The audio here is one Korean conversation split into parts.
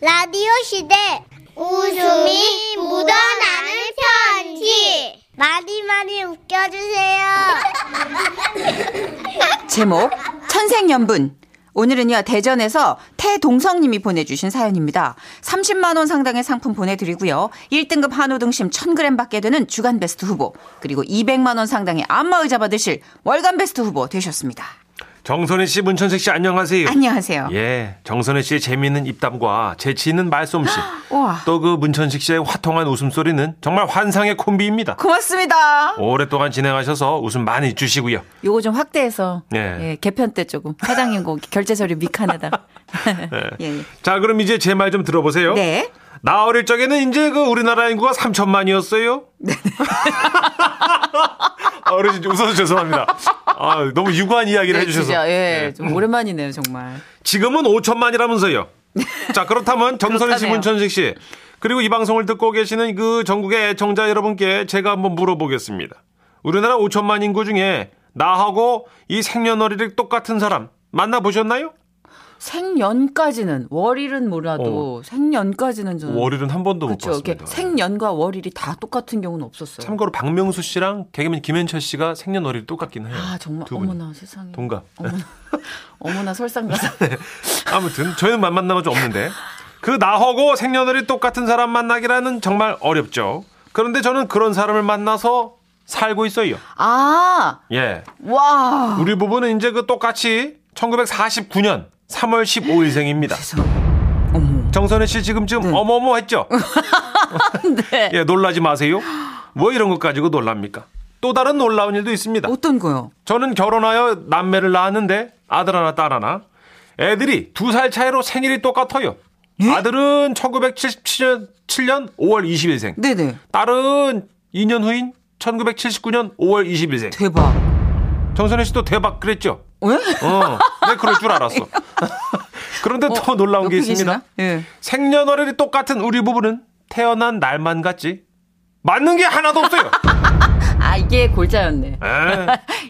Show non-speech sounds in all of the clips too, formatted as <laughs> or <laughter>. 라디오 시대 웃음이 묻어나는 편지 많이 많이 웃겨주세요. 제목 천생연분 오늘은요 대전에서 태동성님이 보내주신 사연입니다. 30만 원 상당의 상품 보내드리고요. 1등급 한우 등심 1,000g 받게 되는 주간 베스트 후보 그리고 200만 원 상당의 안마 의자 받으실 월간 베스트 후보 되셨습니다. 정선혜 씨, 문천식 씨, 안녕하세요. 안녕하세요. 예, 정선혜 씨의 재미있는 입담과 재치 있는 말솜씨, <gasps> 우와. 또 그 문천식 씨의 화통한 웃음소리는 정말 환상의 콤비입니다. 고맙습니다. 오랫동안 진행하셔서 웃음 많이 주시고요. 요거 좀 확대해서 예. 예, 개편 때 조금 사장님 거 결제 <laughs> 서류 미칸에다가 네. <laughs> 예, 예. 자, 그럼 이제 제 말 좀 들어보세요. 네. 나 어릴 적에는 이제 그 우리나라 인구가 <laughs> 3천만이었어요. <laughs> 어르신 웃어서 죄송합니다. 아, 너무 유구한 이야기를 네, 해주셔서. 진짜, 예, 예. 좀 오랜만이네요 정말. 지금은 <laughs> 5천만이라면서요. 자, 그렇다면 정선희 씨, 그렇다네요. 문천식 씨, 그리고 이 방송을 듣고 계시는 그 전국의 애청자 여러분께 제가 한번 물어보겠습니다. 우리나라 5천만 인구 중에 나하고 이 생년월일이 똑같은 사람 만나보셨나요? 생년까지는 월일은 몰라도 생년까지는 저는 어. 월일은 한 번도 못 그렇죠. 이렇게 봤습니다. 네. 생년과 월일이 다 똑같은 경우는 없었어요. 참고로 박명수 씨랑 개그맨 김현철 씨가 생년월일이 똑같긴 해요. 아 정말 두 분이. 어머나 세상에. 동갑. 네. 어머나, <laughs> <laughs> 어머나 설상가상. 아무튼 저희는 만만 남은 좀 없는데 그 나하고 생년월일 똑같은 사람 만나기라는 정말 어렵죠. 그런데 저는 그런 사람을 만나서 살고 있어요. 아 예. 와. 우리 부부는 이제 그 똑같이 1949년 3월 15일생입니다. 정선혜 씨 지금쯤 어머머 했죠? 네. 예, 놀라지 마세요. 뭐 이런 것 가지고 놀랍니까? 또 다른 놀라운 일도 있습니다. 어떤 거요? 저는 결혼하여 남매를 낳았는데 아들 하나 딸 하나 애들이 두 살 차이로 생일이 똑같아요. 예? 아들은 1977년 7년 5월 20일생. 네네. 딸은 2년 후인 1979년 5월 20일생. 대박. 정선혜 씨도 대박 그랬죠? 왜? 어, 내 그럴 줄 알았어. <laughs> 그런데 더 놀라운 게 어, 옆에 있습니다. 계시나? 예. 생년월일이 똑같은 우리 부부는 태어난 날만 같지 맞는 게 하나도 없어요. <laughs> 아 이게 에, 골자였네. <laughs>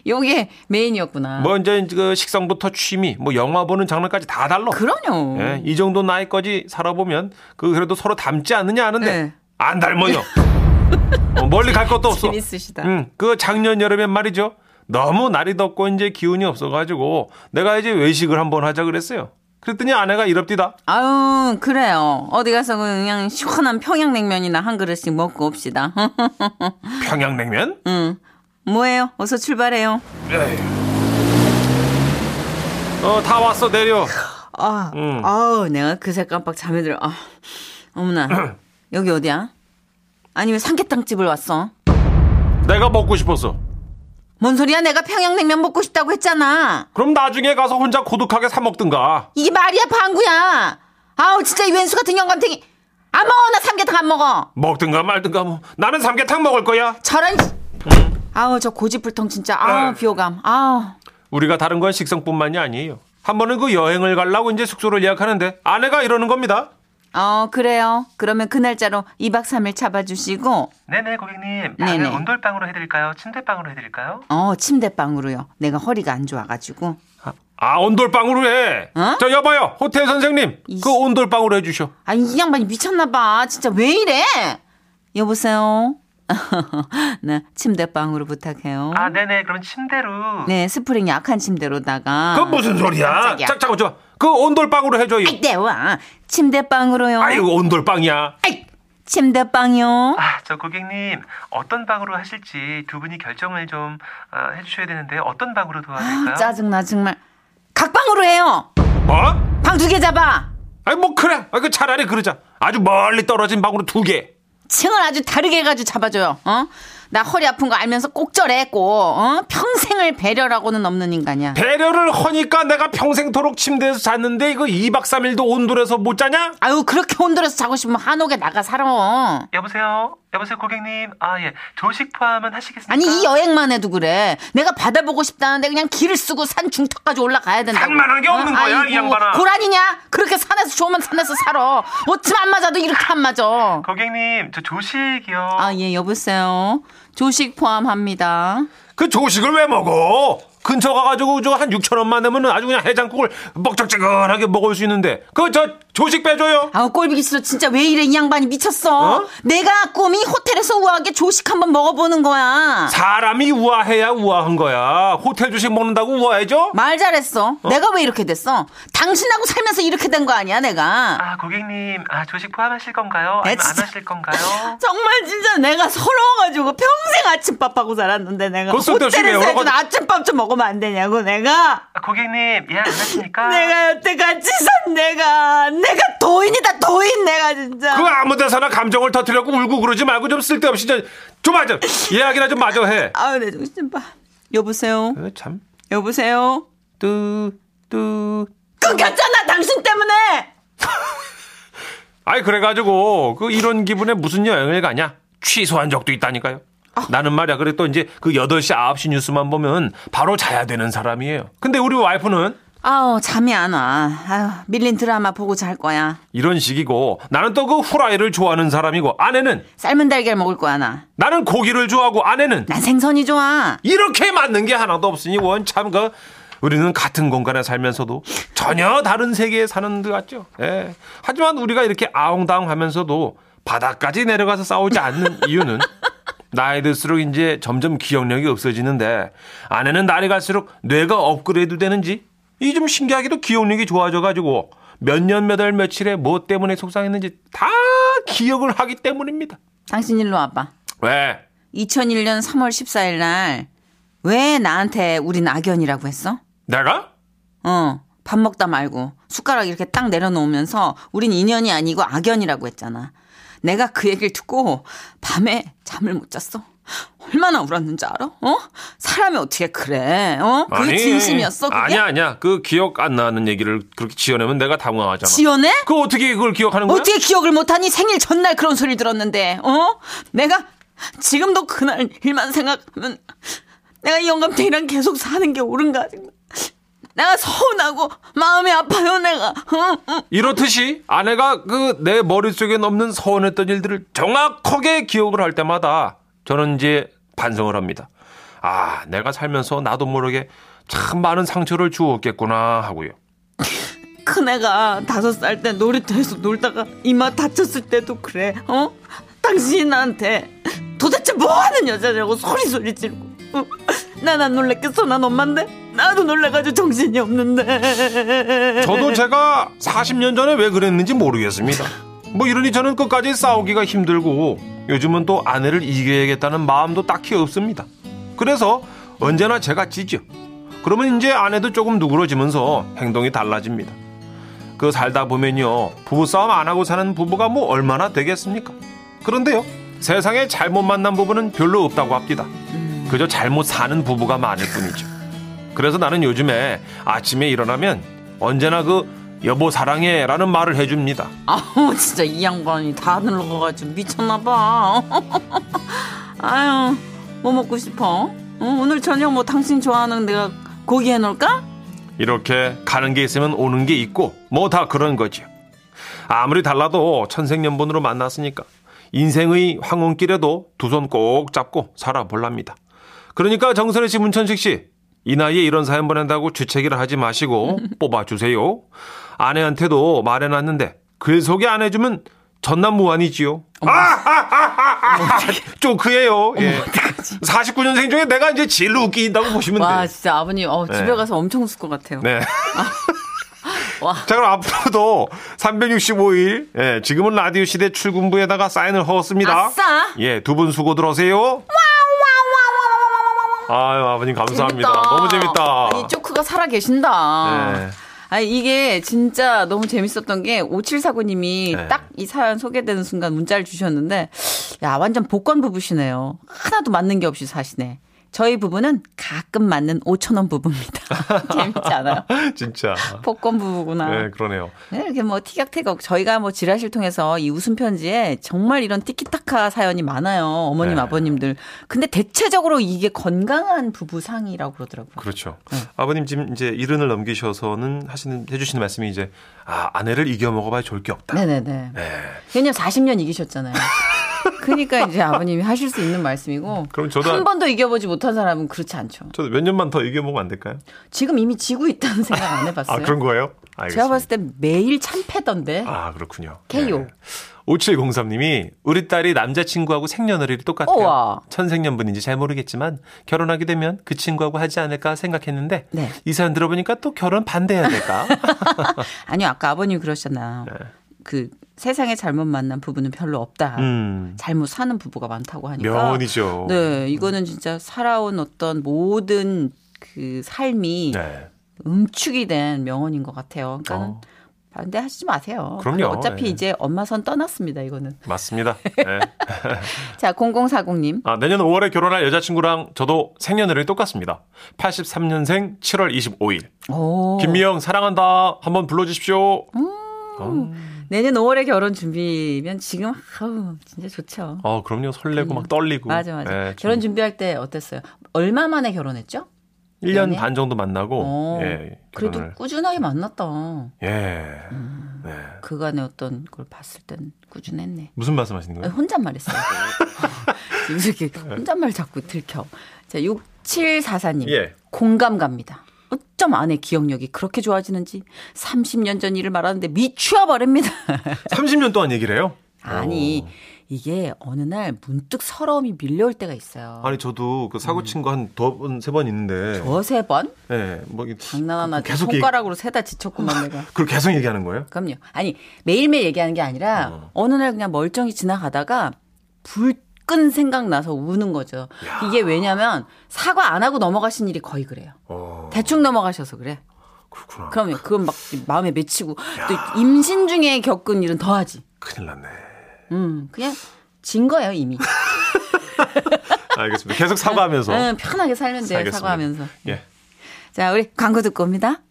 요게 메인이었구나. 뭐 이제 그 식성부터 취미, 뭐 영화 보는 장르까지 다 달라. 그렇죠. 그럼요. 예, 이 정도 나이까지 살아보면 그 그래도 서로 닮지 않느냐 하는데 네. 안 닮아요. 어, 멀리 갈 것도 없어. 재밌으시다. 음, 그 작년 여름엔 말이죠. 너무 날이 덥고 이제 기운이 없어가지고 내가 이제 외식을 한번 하자 그랬어요. 그랬더니 아내가 이럽디다. 아유 그래요. 어디 가서 그냥 시원한 평양냉면이나 한 그릇씩 먹고 옵시다. <laughs> 평양냉면? 응. 뭐예요? 어서 출발해요. 에이. 어, 다 왔어, 내려. 아, 아우, 내가 그새 깜빡 잠에 들어. 아, 어머나, 여기 어디야? 아니 왜 삼계탕 집을 왔어? 내가 먹고 싶었어. 뭔 소리야? 내가 평양냉면 먹고 싶다고 했잖아. 그럼 나중에 가서 혼자 고독하게 사먹든가. 이게 말이야 방구야. 아우 진짜 이 왼수 같은 영감탱이. 안 먹어 나 삼계탕 안 먹어. 먹든가 말든가 뭐. 나는 삼계탕 먹을 거야. 저런. 씨. 아우 저 고집불통 진짜. 아우 에. 비호감. 아우. 우리가 다른 건 식성뿐만이 아니에요. 한 번은 그 여행을 가려고 이제 숙소를 예약하는데 아내가 이러는 겁니다. 어 그래요. 그러면 그 날짜로 2박 3일 잡아주시고 네네 고객님 네네. 방을 온돌방으로 해드릴까요? 침대방으로 해드릴까요? 어 침대방으로요. 내가 허리가 안 좋아가지고. 아, 온돌방으로 해. 어? 저 여봐요. 호텔 선생님. 이씨. 그 온돌방으로 해주셔. 아니 이 양반이 미쳤나봐. 진짜 왜 이래? 여보세요. <laughs> 네 침대방으로 부탁해요. 아 네네 그럼 침대로 네 스프링 약한 침대로다가. 그건 무슨 소리야. 아, 깜짝이야. 자, 잠깐 좀. 그 온돌방으로 해줘요. 아이 네, 내와 침대방으로요. 아이고, 온돌방이야. 아이, 침대방요. 아 저 고객님 어떤 방으로 하실지 두 분이 결정을 좀 어, 해주셔야 되는데 어떤 방으로 도와드릴까요? 아, 짜증나 정말. 각방으로 해요. 어? 방 두 개 잡아. 아이, 뭐, 그래. 아, 그 차라리 그러자. 아주 멀리 떨어진 방으로 두 개. 층을 아주 다르게 해가지고 잡아줘요. 어? 나 허리 아픈 거 알면서 꼭 저래 꼭. 어? 평생을 배려라고는 없는 인간이야. 배려를 허니까 내가 평생토록 침대에서 잤는데 이거 2박 3일도 온돌에서 못 자냐? 아유 그렇게 혼들어서 자고 싶으면 한옥에 나가 살아. 여보세요 여보세요 고객님 아 예 조식 포함은 하시겠습니까? 아니 이 여행만 해도 그래. 내가 바다 보고 싶다는데 그냥 길을 쓰고 산 중턱까지 올라가야 된다고. 산만한 게 없는 거야, 이 양반아. 고라니냐? 그렇게 산에서 좋으면 산에서 살아. 어쩜 안 맞아도 이렇게 안 맞아. 고객님 저 조식이요 아 예 여보세요. 조식 포함합니다. 그 조식을 왜 먹어? 근처 가가지고 저 한 6천 원만 내면 아주 그냥 해장국을 먹적지근하게 먹을 수 있는데 그 저 조식 빼줘요. 아우 꼴보기 싫어 진짜 왜 이래 이 양반이 미쳤어 어? 내가 꿈이 호텔에서 우아하게 조식 한번 먹어보는 거야 사람이 우아해야 우아한 거야. 호텔 조식 먹는다고 우아해져? 말 잘했어 내가 왜 이렇게 됐어 당신하고 살면서 이렇게 된 거 아니야 내가 아 고객님 아 조식 포함하실 건가요? 네, 아니면 안 진짜. 하실 건가요? 정말 진짜 내가 서러워가지고 평생 아침밥하고 살았는데 내가 그거 쓸데없이 왜 호텔에서 여러 해준 가지- 아침밥 좀 먹으면 안 되냐고 내가 아, 고객님 예약 안 <laughs> 아. 하십니까? 내가 여태까지 산 내가 내가 도인이다 도인 내가 진짜 그 아무 데서나 감정을 터뜨려고 울고 그러지 말고 좀 쓸데없이 진짜 좀 하자. 예약이나 좀 마저 해. 아우 내 정신 좀봐 여보세요 어, 참. 여보세요 뚜, 뚜. 끊겼잖아 당신 때문에 아이, 그래가지고, 그 이런 기분에 무슨 여행을 가냐? 취소한 적도 있다니까요. 나는 말이야. 그래 또 이제 그 8시, 9시 뉴스만 보면 바로 자야 되는 사람이에요. 근데 우리 와이프는 아우 잠이 안 와. 아유 밀린 드라마 보고 잘 거야. 이런 식이고, 나는 또 그 후라이를 좋아하는 사람이고, 아내는, 삶은 달걀 먹을 거야 나. 나는 고기를 좋아하고, 아내는, 난 생선이 좋아. 이렇게 맞는 게 하나도 없으니 원 참 그 우리는 같은 공간에 살면서도 전혀 다른 세계에 사는 듯 같죠. 예. 하지만 우리가 이렇게 아웅다웅하면서도 바닥까지 내려가서 싸우지 않는 <laughs> 이유는 나이 들수록 이제 점점 기억력이 없어지는데 아내는 날이 갈수록 뇌가 업그레이드 되는지 이 좀 신기하게도 기억력이 좋아져가지고 몇 년 몇 월 며칠에 뭐 때문에 속상했는지 다 기억을 하기 때문입니다. 당신 일로 와봐. 왜? 2001년 3월 14일 날 왜 나한테 우린 악연이라고 했어? 내가? 어. 밥 먹다 말고 숟가락 이렇게 딱 내려놓으면서 우린 인연이 아니고 악연이라고 했잖아. 내가 그 얘기를 듣고 밤에 잠을 못 잤어. 얼마나 울었는지 알아? 어? 사람이 어떻게 그래? 어? 그게 진심이었어? 그게? 아니야 아니야 그 기억 안 나는 얘기를 그렇게 지어내면 내가 당황하잖아 지연해? 그 어떻게 그걸 기억하는 거야? 어떻게 기억을 못하니 생일 전날 그런 소리 들었는데, 어? 내가 지금도 그날 일만 생각하면 내가 이 영감탱이랑 계속 사는 게 옳은가? 내가 서운하고 마음이 아파요, 내가. 어? 어? 이렇듯이 아내가 그 내 머릿속에 넘는 서운했던 일들을 정확하게 기억을 할 때마다 저는 이제 반성을 합니다 아 내가 살면서 나도 모르게 참 많은 상처를 주었겠구나 하고요 큰애가 다섯 살 때 놀이터에서 놀다가 이마 다쳤을 때도 그래. 어? 당신이 나한테 도대체 뭐 하는 여자냐고 소리소리 지르고. 어? 난 안 놀랬겠어. 난 엄마인데. 나도 놀래가지고 정신이 없는데. 저도 제가 40년 전에 왜 그랬는지 모르겠습니다 뭐 이러니 저는 끝까지 싸우기가 힘들고 요즘은 또 아내를 이겨야겠다는 마음도 딱히 없습니다. 그래서 언제나 제가 지죠. 그러면 이제 아내도 조금 누그러지면서 행동이 달라집니다. 그 살다 보면요. 부부싸움 안 하고 사는 부부가 뭐 얼마나 되겠습니까? 그런데요. 세상에 잘못 만난 부부는 별로 없다고 합니다. 그저 잘못 사는 부부가 많을 뿐이죠. 그래서 나는 요즘에 아침에 일어나면 언제나 그 여보 사랑해 라는 말을 해줍니다. 아우 진짜 이 양반이 다 늙어가지고 미쳤나봐. 아유 뭐 먹고 싶어? 어, 오늘 저녁 뭐 당신 좋아하는 내가 고기 해놓을까? 이렇게 가는 게 있으면 오는 게 있고 뭐 다 그런 거죠. 아무리 달라도 천생연분으로 만났으니까 인생의 황혼길에도 두 손 꼭 잡고 살아볼랍니다. 그러니까 정선혜 씨, 문천식 씨, 이 나이에 이런 사연 보낸다고 주책이라 하지 마시고 뽑아주세요. 아내한테도 말해놨는데 글 소개 안 해주면 전남 무한이지요. 아, 아, 아, <laughs> 아, 아, 쪼크예요. 예. 49년생 중에 내가 이제 제일 웃긴다고 보시면 돼요. 와 진짜 아버님 어, 집에 네. 가서 엄청 웃을 것 같아요. 네. <laughs> 와. 자, 그럼 앞으로도 365일, 예, 지금은 라디오 시대 출근부에다가 사인을 허었습니다. 아싸! 예, 두 분 수고 들어오세요. 아유, 아버님 감사합니다. 너무 재밌다. 아니 쪼크가 살아 계신다. 네. 아니 이게 진짜 너무 재밌었던 게 5749님이 네. 딱 이 사연 소개되는 순간 문자를 주셨는데 야 완전 복권 부부시네요. 하나도 맞는 게 없이 사시네. 저희 부부는 가끔 맞는 5천 원 부부입니다. <laughs> 재밌지 않아요? <laughs> 진짜. 복권 부부구나. 네, 그러네요. 네, 이렇게 뭐 티격태격 저희가 뭐 지라실 통해서 이 웃음 편지에 정말 이런 티키타카 사연이 많아요. 어머님 네. 아버님들. 근데 대체적으로 이게 건강한 부부 상이라고 그러더라고요. 그렇죠. 네. 아버님 지금 이제 이른을 넘기셔서는 하시는, 해주시는 말씀이 이제, 아, 아내를 이겨 먹어봐야 좋을 게 없다. 네네네. 네. 왜냐면 40년 이기셨잖아요. 그러니까 이제 아버님이 하실 수 있는 말씀이고 그럼 저도 한 한- 번도 이겨보지 못한 사람은 그렇지 않죠. 저도 몇 년만 더 이겨 먹으면 안 될까요? 지금 이미 지고 있다는 생각 안 해봤어요. 아, 그런 거예요? 제가 알겠습니다. 봤을 때 매일 참패던데. 아, 그렇군요. KO. 5703님이 우리 딸이 남자친구하고 생년월일이 똑같아요. 우와. 천생연분인지 잘 모르겠지만 결혼하게 되면 그 친구하고 하지 않을까 생각했는데 네. 이 사연 들어보니까 또 결혼 반대해야 <laughs> 될까? 아니요, 아까 아버님 네. 그러셨나. 그 세상에 잘못 만난 부부는 별로 없다. 음. 잘못 사는 부부가 많다고 하니까. 명언이죠. 뭐. 그러니까. 네, 이거는 진짜 살아온 어떤 모든 그 삶이 네. 응축이 된 명언인 것 같아요. 그러니까 어. 반대하지 마세요. 그럼요. 어차피 예. 이제 엄마 선 떠났습니다. 이거는. 맞습니다. 네. 자, 0040님. 아, 내년 5월에 결혼할 여자친구랑 저도 생년월일이 똑같습니다. 83년생 7월 25일. 오. 김미영 사랑한다. 한번 불러주십시오. 음. 어. 내년 5월에 결혼 준비면 지금 아우 진짜 좋죠. 어, 그럼요. 설레고 막 떨리고. 음. 맞아 맞아. 예, 좀 결혼 준비할 때 어땠어요? 얼마 만에 결혼했죠? 1년 연애? 반 정도 어, 만나고 예. 그래도 음. 결혼을. 꾸준하게 만났다. 예. 네. 그간의 어떤 걸 봤을 땐 꾸준했네. 무슨 말씀하시는 아니, 거예요? <laughs> 혼잣말했어요. 지금 이렇게 혼잣말 자꾸 들켜. 자, 6744님. 예. 공감 갑니다. 어쩜 아내 기억력이 그렇게 좋아지는지 30년 전 일을 말하는데 미추어버립니다. <laughs> 30년 동안 얘기를 해요? 어. 아니, 이게 어느 날 문득 서러움이 밀려올 때가 있어요. 오. 아니 저도 그 사고 친거 한 두 번, 세 번 있는데. 어세 번? 예. 뭐 이게 장난 하나 계속 손가락으로 세다 지쳤구만 내가. 그걸 계속 얘기하는 거예요? 그럼요. 아니 매일매일 얘기하는 게 아니라 어. 느날 그냥 멀쩡히 지나가다가 불끈 생각나서 우는 거죠. 이게 왜냐면 사과 안 하고 넘어가신 일이 거의 그래요. 어. 대충 넘어가셔서 그래. 그렇구나. 그럼요. 그건 막 마음에 맺히고 또 임신 중에 겪은 일은 더하지. 큰일 났네. 음 그냥 진 거예요 이미. 뭐? 알겠습니다. 계속 사과하면서. 응, 편하게 살면 돼요 알겠습니다. 사과하면서. 예. 자 우리 광고 듣고 옵니다.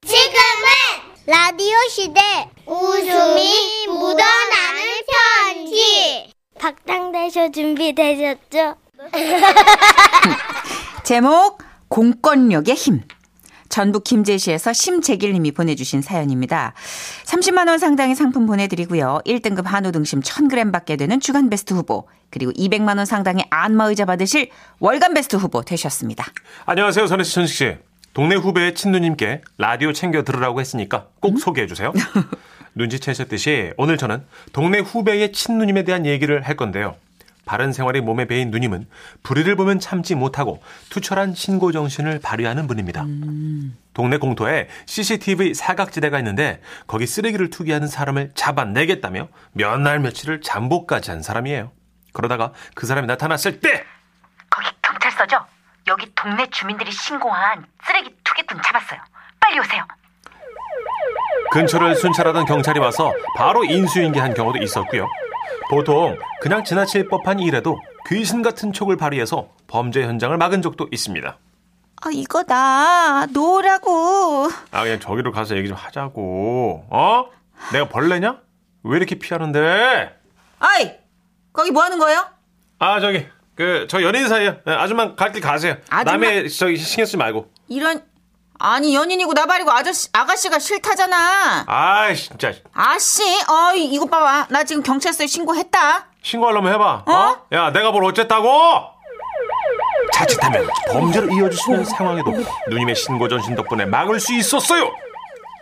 지금은 라디오 시대 웃음이 묻어나는 편지 박장대쇼 준비되셨죠? 제목 공권력의 힘. 전북 김제시에서 심재길님이 보내주신 사연입니다. 30만 원 상당의 상품 보내드리고요. 1등급 한우 등심 1,000g 받게 되는 주간 베스트 후보 그리고 200만 원 상당의 안마의자 받으실 월간 베스트 후보 되셨습니다. 안녕하세요, 선혜 씨, 천식 씨. 동네 후배 친누님께 라디오 챙겨 들으라고 했으니까 꼭 소개해 주세요. 눈치채셨듯이 오늘 저는 동네 후배의 친누님에 대한 얘기를 할 건데요. 바른 생활이 몸에 배인 누님은 불의를 보면 참지 못하고 투철한 신고 정신을 발휘하는 분입니다. 동네 공터에 CCTV 사각지대가 있는데 거기 쓰레기를 투기하는 사람을 잡아내겠다며 몇 날 며칠을 잠복까지 한 사람이에요. 그러다가 그 사람이 나타났을 때 거기 경찰서죠? 여기 동네 주민들이 신고한 쓰레기 투기꾼 잡았어요. 빨리 오세요. 근처를 순찰하던 경찰이 와서 바로 인수인계한 경우도 있었고요. 보통 그냥 지나칠 법한 일에도 귀신 같은 촉을 발휘해서 범죄 현장을 막은 적도 있습니다. 아 이거 나 노라고. 아 그냥 저기로 가서 얘기 좀 하자고. 어? 내가 벌레냐? 왜 이렇게 피하는데? 아이 거기 뭐 하는 거예요? 아 저기 그 저 연인 사이요. 아줌마 갈 길 가세요. 아줌마- 남의 저기 신경 쓰지 말고. 이런 아니 연인이고 나발이고 아저씨 아가씨가 싫다잖아. 아 진짜 아씨 어이 이거 봐봐 나 지금 경찰서에 신고했다. 신고하려면 해봐. 어? 야, 내가 뭘 어쨌다고? 자칫하면 범죄로 이어질 수 있는 상황에도 누님의 신고 전신 덕분에 막을 수 있었어요.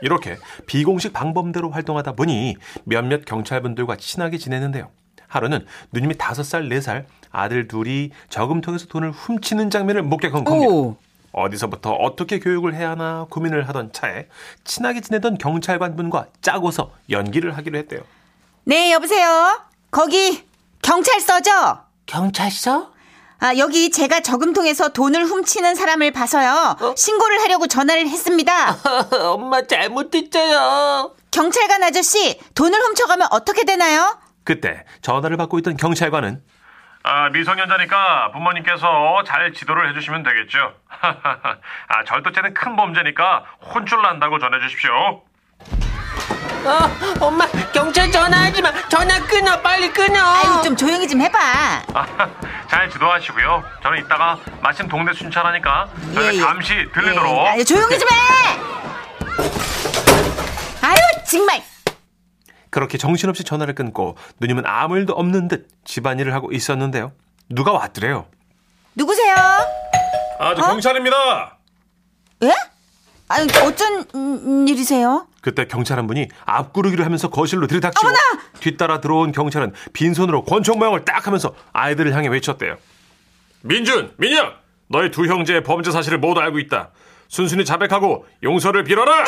이렇게 비공식 방법대로 활동하다 보니 몇몇 경찰분들과 친하게 지냈는데요. 하루는 누님이 다섯 살 네 살 아들 둘이 저금통에서 돈을 훔치는 장면을 목격한 겁니다. 오. 어디서부터 어떻게 교육을 해야 하나 고민을 하던 차에 친하게 지내던 경찰관분과 짜고서 연기를 하기로 했대요. 네, 여보세요. 거기 경찰서죠? 경찰서? 아, 여기 제가 저금통에서 돈을 훔치는 사람을 봐서요. 어? 신고를 하려고 전화를 했습니다. <laughs> 엄마 잘못했어요. 경찰관 아저씨, 돈을 훔쳐가면 어떻게 되나요? 그때 전화를 받고 있던 경찰관은 아, 미성년자니까 부모님께서 잘 지도를 해주시면 되겠죠. <laughs> 아, 절도죄는 큰 범죄니까 혼쭐 난다고 전해주십시오. 어, 엄마 경찰 전화하지 마. 전화 끊어 빨리 끊어. 아유, 좀 조용히 좀 해봐. 아, 잘 지도하시고요. 저는 이따가 마침 동네 순찰하니까 저희가 잠시 들리도록. 예, 아유, 조용히 좀 해! 아유, 정말. 그렇게 정신없이 전화를 끊고 누님은 아무 일도 없는 듯 집안일을 하고 있었는데요. 누가 왔더래요. 누구세요? 아, 저 경찰입니다. 예? 아니, 어쩐 일이세요? 그때 경찰 한 분이 앞구르기를 하면서 거실로 들이닥치고 뒤따라 들어온 경찰은 빈손으로 권총 모양을 딱 하면서 아이들을 향해 외쳤대요. 민준, 민혁, 너희 두 형제의 범죄 사실을 모두 알고 있다. 순순히 자백하고 용서를 <laughs> 빌어라. 아,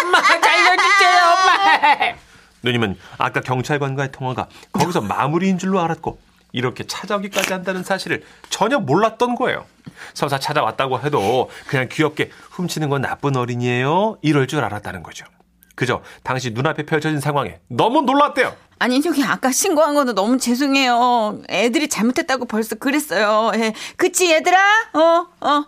엄마 살려주세요 엄마 누님은 아까 경찰관과의 통화가 거기서 마무리인 줄로 알았고 이렇게 찾아오기까지 한다는 사실을 전혀 몰랐던 거예요. 설사 찾아왔다고 해도 그냥 귀엽게 훔치는 건 나쁜 어린이에요 이럴 줄 알았다는 거죠. 그저 당시 눈앞에 펼쳐진 상황에 너무 놀랐대요. 아니, 저기 아까 신고한 거는 너무 죄송해요. 애들이 잘못했다고 벌써 그랬어요. 예. 그치, 얘들아? 어, 어.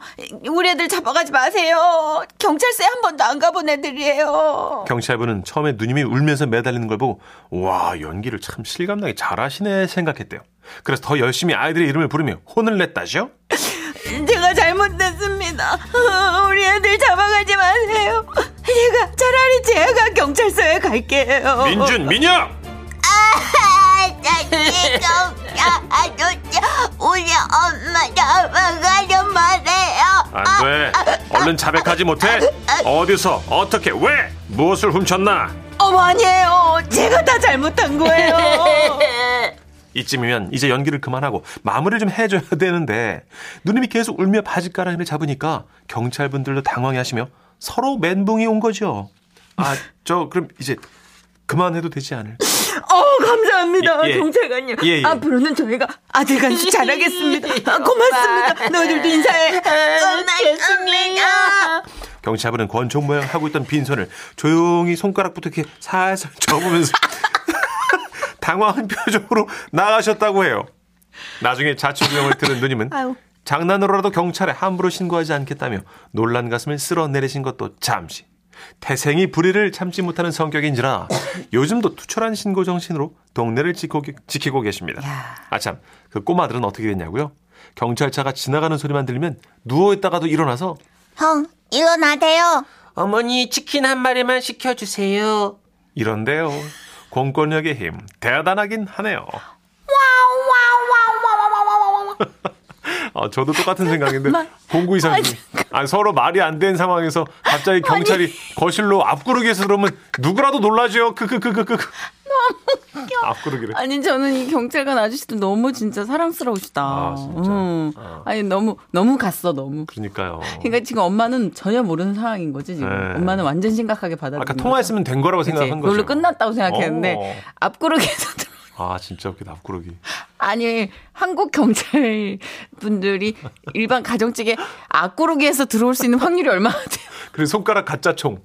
우리 애들 잡아가지 마세요. 경찰서 한 번도 안 가본 애들이에요. 경찰분은 처음에 누님이 울면서 매달리는 걸 보고 와 연기를 참 실감나게 잘하시네 생각했대요. 그래서 더 열심히 아이들의 이름을 부르며 혼을 냈다죠. 제가 잘못됐습니다. <laughs> 어, 우리 애들 잡아가지 마세요. 제가, 차라리 제가 경찰서에 어, 갈게요. 민준, 민혁. 아, 우리 엄마 잡아가려 말해요. 안 돼. 얼른 자백하지 못해? 어디서, 어떻게, 왜? 무엇을 훔쳤나? 어머, 아니에요. 제가 다 <laughs> 잘못한 거예요. 네, 이쯤이면 이제 연기를 그만하고 마무리를 좀 해줘야 <laughs> 되는데 누님이 계속 울며 바지가랑이를 잡으니까 경찰분들도 당황해하시며 서로 멘붕이 온 거죠. 아, 저 그럼 이제 그만해도 되지 않을? 어, 감사합니다. 예, 예. 경찰관님. 예, 예. 앞으로는 저희가 아들 <laughs> 간수 잘하겠습니다. 아, 고맙습니다. 너희들도 인사해. 예. 죄송해요 경찰분은 권총 모양 하고 있던 빈손을 조용히 손가락부터 이렇게 살살 <laughs> 접으면서 당황한 표정으로 나가셨다고 해요. 나중에 자초구형을 들은 누님은 아유. 장난으로라도 경찰에 함부로 신고하지 않겠다며 놀란 가슴을 쓸어내리신 것도 잠시. 태생이 불의를 참지 못하는 성격인지라 요즘도 투철한 신고 정신으로 동네를 지키고, 지키고 계십니다. 아참, 그 꼬마들은 어떻게 됐냐고요? 경찰차가 지나가는 소리만 들리면 누워있다가도 일어나서 형, 일어나세요. 어머니 치킨 한 마리만 시켜주세요 이런데요. 공권력의 힘 대단하긴 하네요. <laughs> 아, 저도 똑같은 생각인데 공구 이사님 그 아, 서로 말이 안 된 상황에서 갑자기 경찰이 거실로 앞구르기에서 그러면 누구라도 놀라죠. 그, 크크크크크. 앞구르기를. 아니 저는 이 경찰관 아저씨도 너무 진짜 사랑스러우시다. 아, 진짜. 음. 아. 아니 너무 너무 갔어 너무. 그러니까요. 그러니까 지금 엄마는 전혀 모르는 상황인 거지 지금. 어. 네. 엄마는 완전 심각하게 받아들인 아까 거죠. 통화했으면 된 거라고 그치? 생각한 거죠. 그걸로 끝났다고 생각했는데 어. 앞구르기에서 들어- 아 진짜 웃기다 앞구르기. 아니 한국 경찰 분들이 일반 가정집에 앞구르기에서 들어올 수 있는 확률이 얼마나 돼요? <laughs> 그리고 손가락 가짜 총.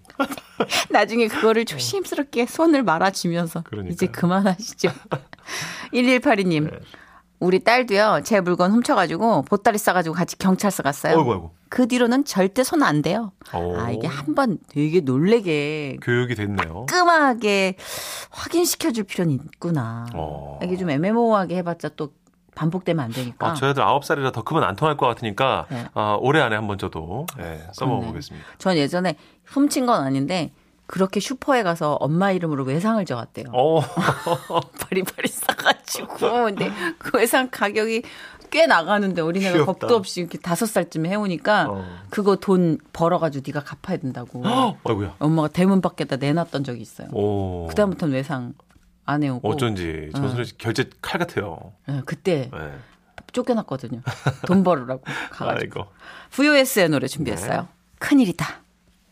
나중에 그거를 조심스럽게 손을 말아주면서 그러니까요. 네. 이제 그만하시죠. <laughs> 1182님. 우리 딸도요, 제 물건 훔쳐가지고 보따리 싸가지고 같이 경찰서 갔어요. 어이구, 어. 어이구. 그 뒤로는 절대 손 안 대요. 오. 아, 이게 한 번 되게 놀래게 교육이 됐네요. 깔끔하게 확인시켜줄 필요는 있구나. 어. 이게 좀 애매모호하게 해봤자 또 반복되면 안 되니까. 아, 저희들 아홉 살이라 더 크면 안 통할 것 같으니까 그러니까. 네. 아, 아, 올해 안에 한번 저도 예, 써먹어보겠습니다. 전 예전에 훔친 건 아닌데 그렇게 슈퍼에 가서 엄마 이름으로 외상을 저었대요. 어, <laughs> 바리바리 싸가지고 근데 그 외상 가격이 꽤 나가는데 어린애가 귀엽다. 겁도 없이 이렇게 다섯 살쯤 해오니까 어. 그거 돈 벌어가지고 네가 갚아야 된다고 아이고야. 엄마가 대문 밖에다 내놨던 적이 있어요. 오. 그다음부터는 외상 안 해오고 어쩐지 어. 전선에 결제 칼 같아요. 예, 그때 예. 쫓겨났거든요. 돈 벌으라고 가가지고 <laughs> 아이고. 네. VOS의 노래 준비했어요. 큰일이다.